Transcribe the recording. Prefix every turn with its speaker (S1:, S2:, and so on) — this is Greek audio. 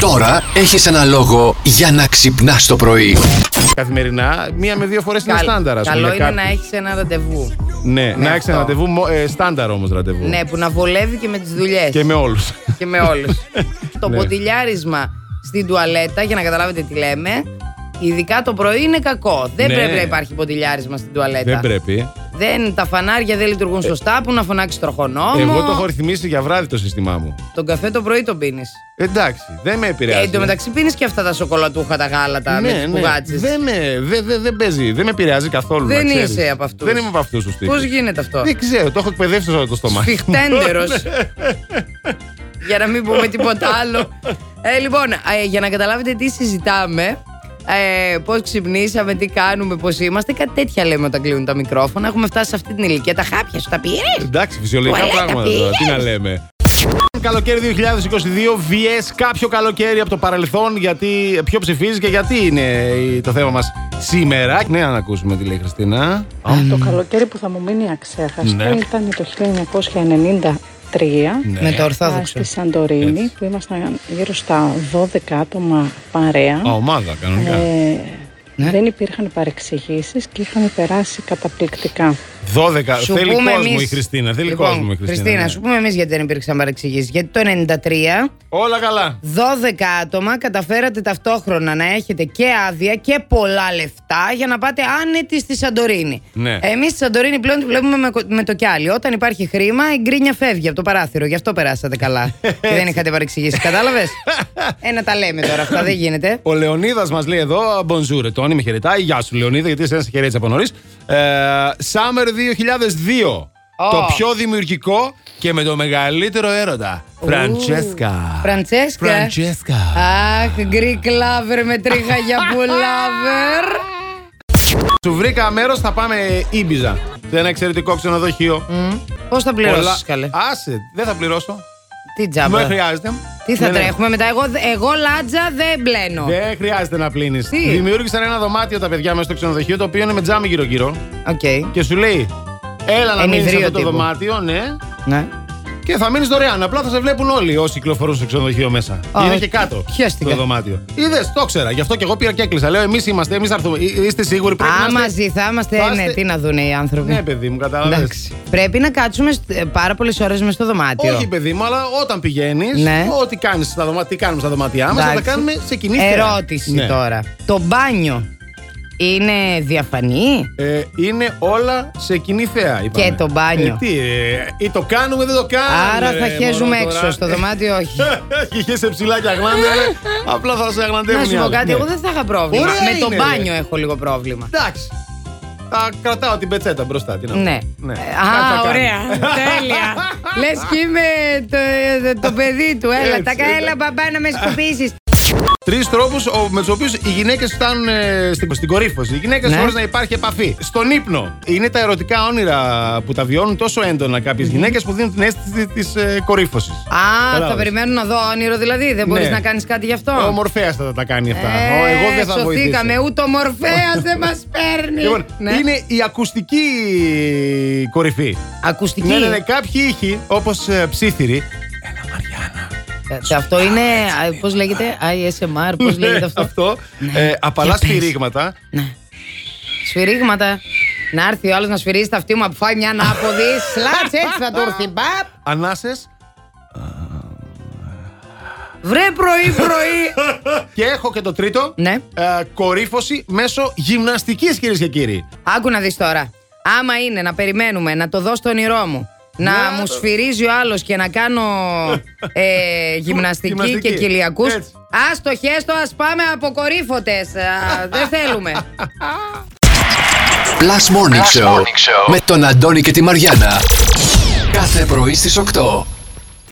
S1: Τώρα έχεις ένα λόγο για να ξυπνάς το πρωί.
S2: Καθημερινά, μία με δύο φορές είναι
S3: Καλ-
S2: στάνταρ, ας πούμε.
S3: Καλό είναι
S2: κάποιοι.
S3: να έχεις ένα ραντεβού.
S2: Ναι, να έχεις ένα
S3: αυτό.
S2: ραντεβού, μο- ε, στάνταρ όμως ραντεβού.
S3: Ναι, που να βολεύει και με τις δουλειές.
S2: Και με όλους.
S3: και με όλους. το
S2: Ναι.
S3: ποτηλιάρισμα στην τουαλέτα, για να καταλάβετε τι λέμε, ειδικά το πρωί είναι κακό. Δεν
S2: Ναι.
S3: πρέπει να υπάρχει ποτηλιάρισμα στην τουαλέτα.
S2: Δεν πρέπει. Ε.
S3: Δεν, τα φανάρια δεν λειτουργούν σωστά. Που να φωνάξει τροχονόμο.
S2: Εγώ το έχω ρυθμίσει για βράδυ το σύστημά μου.
S3: Τον καφέ το πρωί τον πίνεις.
S2: Εντάξει, δεν με
S3: Και
S2: επηρεάζει. Ναι,
S3: εν τω μεταξύ πίνεις και αυτά τα σοκολατούχα, τα γάλατα με τι πουγάτσε.
S2: Δεν με, δεν δε, δεν παίζει, δεν με επηρεάζει καθόλου.
S3: Δεν
S2: να ξέρεις.
S3: είσαι από αυτούς.
S2: Δεν είμαι από αυτούς τους τύπους.
S3: Πώς γίνεται αυτό.
S2: Δεν ξέρω, το έχω εκπαιδεύσει Ναι. όλο το στομάχι. μου.
S3: Σφιχτέντερος. για να μην πούμε τίποτα άλλο. Ε, λοιπόν, ε, για να καταλάβετε τι συζητάμε, ε, πώς ξυπνήσαμε, τι κάνουμε, πώς είμαστε, κάτι τέτοια λέμε όταν κλείνουν τα μικρόφωνα. Έχουμε φτάσει σε αυτή την ηλικία. Τα χάπια σου τα πήρες.
S2: Εντάξει, φυσιολογικά
S3: Τουαλέτα
S2: πράγματα τώρα. Τι να λέμε. Καλοκαίρι 2022, VS κάποιο καλοκαίρι από το παρελθόν, γιατί ποιο ψηφίζεις και γιατί είναι η- το θέμα μας σήμερα. Ναι, να ακούσουμε τι λέει η Χριστίνα.
S4: Το καλοκαίρι που θα μου μείνει αξέχαστο
S2: Ναι.
S4: ήταν το 1993
S2: Ε.
S3: Με το
S4: α,
S3: Ορθόδοξο.
S4: στη Σαντορίνη που ήμασταν γύρω στα 12 άτομα παρέα.
S2: Α, ομάδα, κανονικά.
S4: Ε,
S3: Ναι.
S4: Δεν υπήρχαν παρεξηγήσεις και είχαμε περάσει καταπληκτικά.
S2: 12.
S3: Σου
S2: θέλει
S3: πούμε
S2: κόσμο
S3: εμείς-
S2: η Χριστίνα. Θέλει
S3: Λοιπόν,
S2: κόσμο η Χριστίνα. ναι.
S3: σου πούμε εμείς γιατί δεν υπήρξαν παρεξηγήσεις. Γιατί το 93
S2: Όλα καλά.
S3: 12 άτομα καταφέρατε ταυτόχρονα να έχετε και άδεια και πολλά λεφτά για να πάτε άνετοι στη Σαντορίνη.
S2: Ναι.
S3: Εμείς στη Σαντορίνη πλέον τη βλέπουμε με, κο- με το κιάλι. Όταν υπάρχει χρήμα, η γκρίνια φεύγει από το παράθυρο. Γι' αυτό περάσατε καλά. και δεν είχατε παρεξηγήσεις. Κατάλαβες. ε, να τα λέμε τώρα αυτά. Δεν γίνεται.
S2: Ο Λεωνίδας μας λέει εδώ: Μπονζούρε, Τόνι, με χαιρετάει. Γεια σου, Λεωνίδα, γιατί εσένα σε χαιρέτησε από νωρίς. Ε, summer 2002.
S3: Ω.
S2: Το πιο δημιουργικό και με το μεγαλύτερο έρωτα. Φραντσέσκα.
S3: Φραντσέσκα.
S2: Φραντσέσκα.
S3: Αχ, Greek lover με τρίχα για πουλάβερ.
S2: Σου βρήκα μέρος, θα πάμε Ήμπιζα. Σε ένα εξαιρετικό ξενοδοχείο.
S3: Πώς θα
S2: Πολλά-
S3: πληρώσεις, καλέ.
S2: Άσε, δεν θα πληρώσω.
S3: Τι τζάμπα.
S2: Δεν χρειάζεται.
S3: Τι θα
S2: Ναι, ναι.
S3: τρέχουμε μετά. Εγώ, εγώ λάτζα δεν μπλένω.
S2: Δεν χρειάζεται να πλύνεις.
S3: Τι?
S2: Δημιούργησαν ένα δωμάτιο τα παιδιά μέσα στο ξενοδοχείο, το οποίο είναι με τζάμι γύρω-γύρω.
S3: Οκ.
S2: Και σου λέει, έλα να μείνεις σε
S3: Ενιδρύο
S2: αυτό το
S3: τύπου.
S2: δωμάτιο, ναι.
S3: Ναι.
S2: Και θα μείνεις δωρεάν. Απλά θα σε βλέπουν όλοι όσοι κυκλοφορούν στο ξενοδοχείο μέσα.
S3: Α,
S2: είναι και κάτω.
S3: πιάστηκα.
S2: Το δωμάτιο. Είδες, το ξέρα. Γι' αυτό και εγώ πήρα και έκλεισα. Λέω, εμείς είμαστε, εμείς θα έρθουμε. Ε, Είστε σίγουροι πρέπει
S3: Α,
S2: να είστε.
S3: μαζί θα είμαστε.
S2: θα
S3: Ναι,
S2: είστε-
S3: τι να δουν οι άνθρωποι.
S2: Ναι, παιδί μου, κατάλαβες.
S3: Εντάξει. Πρέπει να κάτσουμε σ- ε, πάρα πολλές ώρες μες στο δωμάτιο.
S2: Όχι, παιδί μου, αλλά όταν πηγαίνεις,
S3: Ναι.
S2: ό,τι κάνεις στα δωμάτια, τι κάνουμε στα δωμάτια μας, θα τα
S3: Εντάξει.
S2: κάνουμε σε κοινή θέα.
S3: Ερώτηση
S2: Ναι.
S3: τώρα. Το μπάνιο είναι διαφανή.
S2: Ε, είναι όλα σε κοινή θέα, είπαμε.
S3: Και το μπάνιο.
S2: Ε, τι, ε, ή το κάνουμε, δεν το κάνουμε. ε,
S3: Άρα
S2: ρε,
S3: θα
S2: μωρό,
S3: χέζουμε
S2: τώρα.
S3: έξω στο δωμάτιο, όχι.
S2: Είχε σε ψηλά και αγνάντε. Απλά θα σε αγναντεύουν.
S3: να σου
S2: οι
S3: πω
S2: άλλοι.
S3: κάτι,
S2: Ναι.
S3: εγώ δεν θα είχα πρόβλημα.
S2: Ωραία
S3: με το
S2: είναι,
S3: μπάνιο
S2: ρε.
S3: έχω λίγο πρόβλημα.
S2: Εντάξει. Θα κρατάω την πετσέτα μπροστά. Τι να πω.
S3: Ναι. Ε,
S2: Κάτι θα
S3: Α,
S2: κάνω.
S3: ωραία. Τέλεια. Λες και είμαι το, το παιδί του. Έλα,
S2: Έτσι,
S3: τα
S2: ήταν.
S3: έλα μπαμπά να με σκουπίσεις.
S2: Τρεις τρόπους με τους οποίους οι γυναίκες φτάνουν ε, στην, στην κορύφωση. Οι γυναίκες
S3: Ναι.
S2: χωρίς να υπάρχει επαφή. Στον ύπνο. Είναι τα ερωτικά όνειρα που τα βιώνουν τόσο έντονα κάποιες γυναίκες που δίνουν την αίσθηση της ε, κορύφωσης.
S3: Α, θα
S2: Κατάλαβες.
S3: περιμένω να δω όνειρο δηλαδή. Δεν μπορείς
S2: Ναι.
S3: να κάνεις κάτι γι' αυτό.
S2: Ο Μορφέα θα τα κάνει αυτά.
S3: Ε,
S2: Ο, εγώ δεν θα
S3: σωθήκαμε,
S2: βοηθήσω.
S3: ούτε ο Μορφέας δεν μας παίρνει.
S2: Λοιπόν,
S3: Ναι.
S2: είναι η ακουστική κορυφή.
S3: Ακουστική.
S2: Ναι, ναι, ναι, κάποιοι ήχοι, όπως ψήθυροι.
S3: Ε, και αυτό είναι, α, πώς λέγεται, ISMR, πώς λέγεται αυτό.
S2: Ναι,
S3: Ναι.
S2: αυτό. Ε, απαλά
S3: Για πες. Ναι.
S2: σφυρίγματα.
S3: Σφυρίγματα. Να έρθει ο άλλος να σφυρίζει τα αυτή μου, να του φάει μια ανάποδη. Σλάτς έτσι θα του έρθει. Μπαπ.
S2: Ανάσες
S3: Βρε πρωί πρωί.
S2: Και έχω και το τρίτο.
S3: Ναι.
S2: Ε, κορύφωση μέσω γυμναστικής, κυρίες και κύριοι.
S3: Άκου να δεις τώρα. Άμα είναι να περιμένουμε να το δω στο όνειρό μου, να
S2: Ναι.
S3: μου σφυρίζει ο άλλος και να κάνω ε, γυμναστική και
S2: Γυμναστική.
S3: κοιλιακούς
S2: Έτσι.
S3: Ας το χέστο, ας πάμε αποκορύφωτες. Α, Δεν θέλουμε.
S1: Plus Morning, Show, με τον Αντώνη και τη Μαριάνα. Κάθε πρωί στις 8.